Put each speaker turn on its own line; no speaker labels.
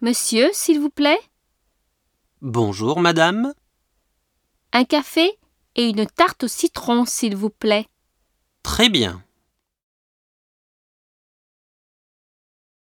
Monsieur, s'il vous plaît,
Bonjour, madame.
un café et une tarte au citron, s'il vous plaît.
Très bien.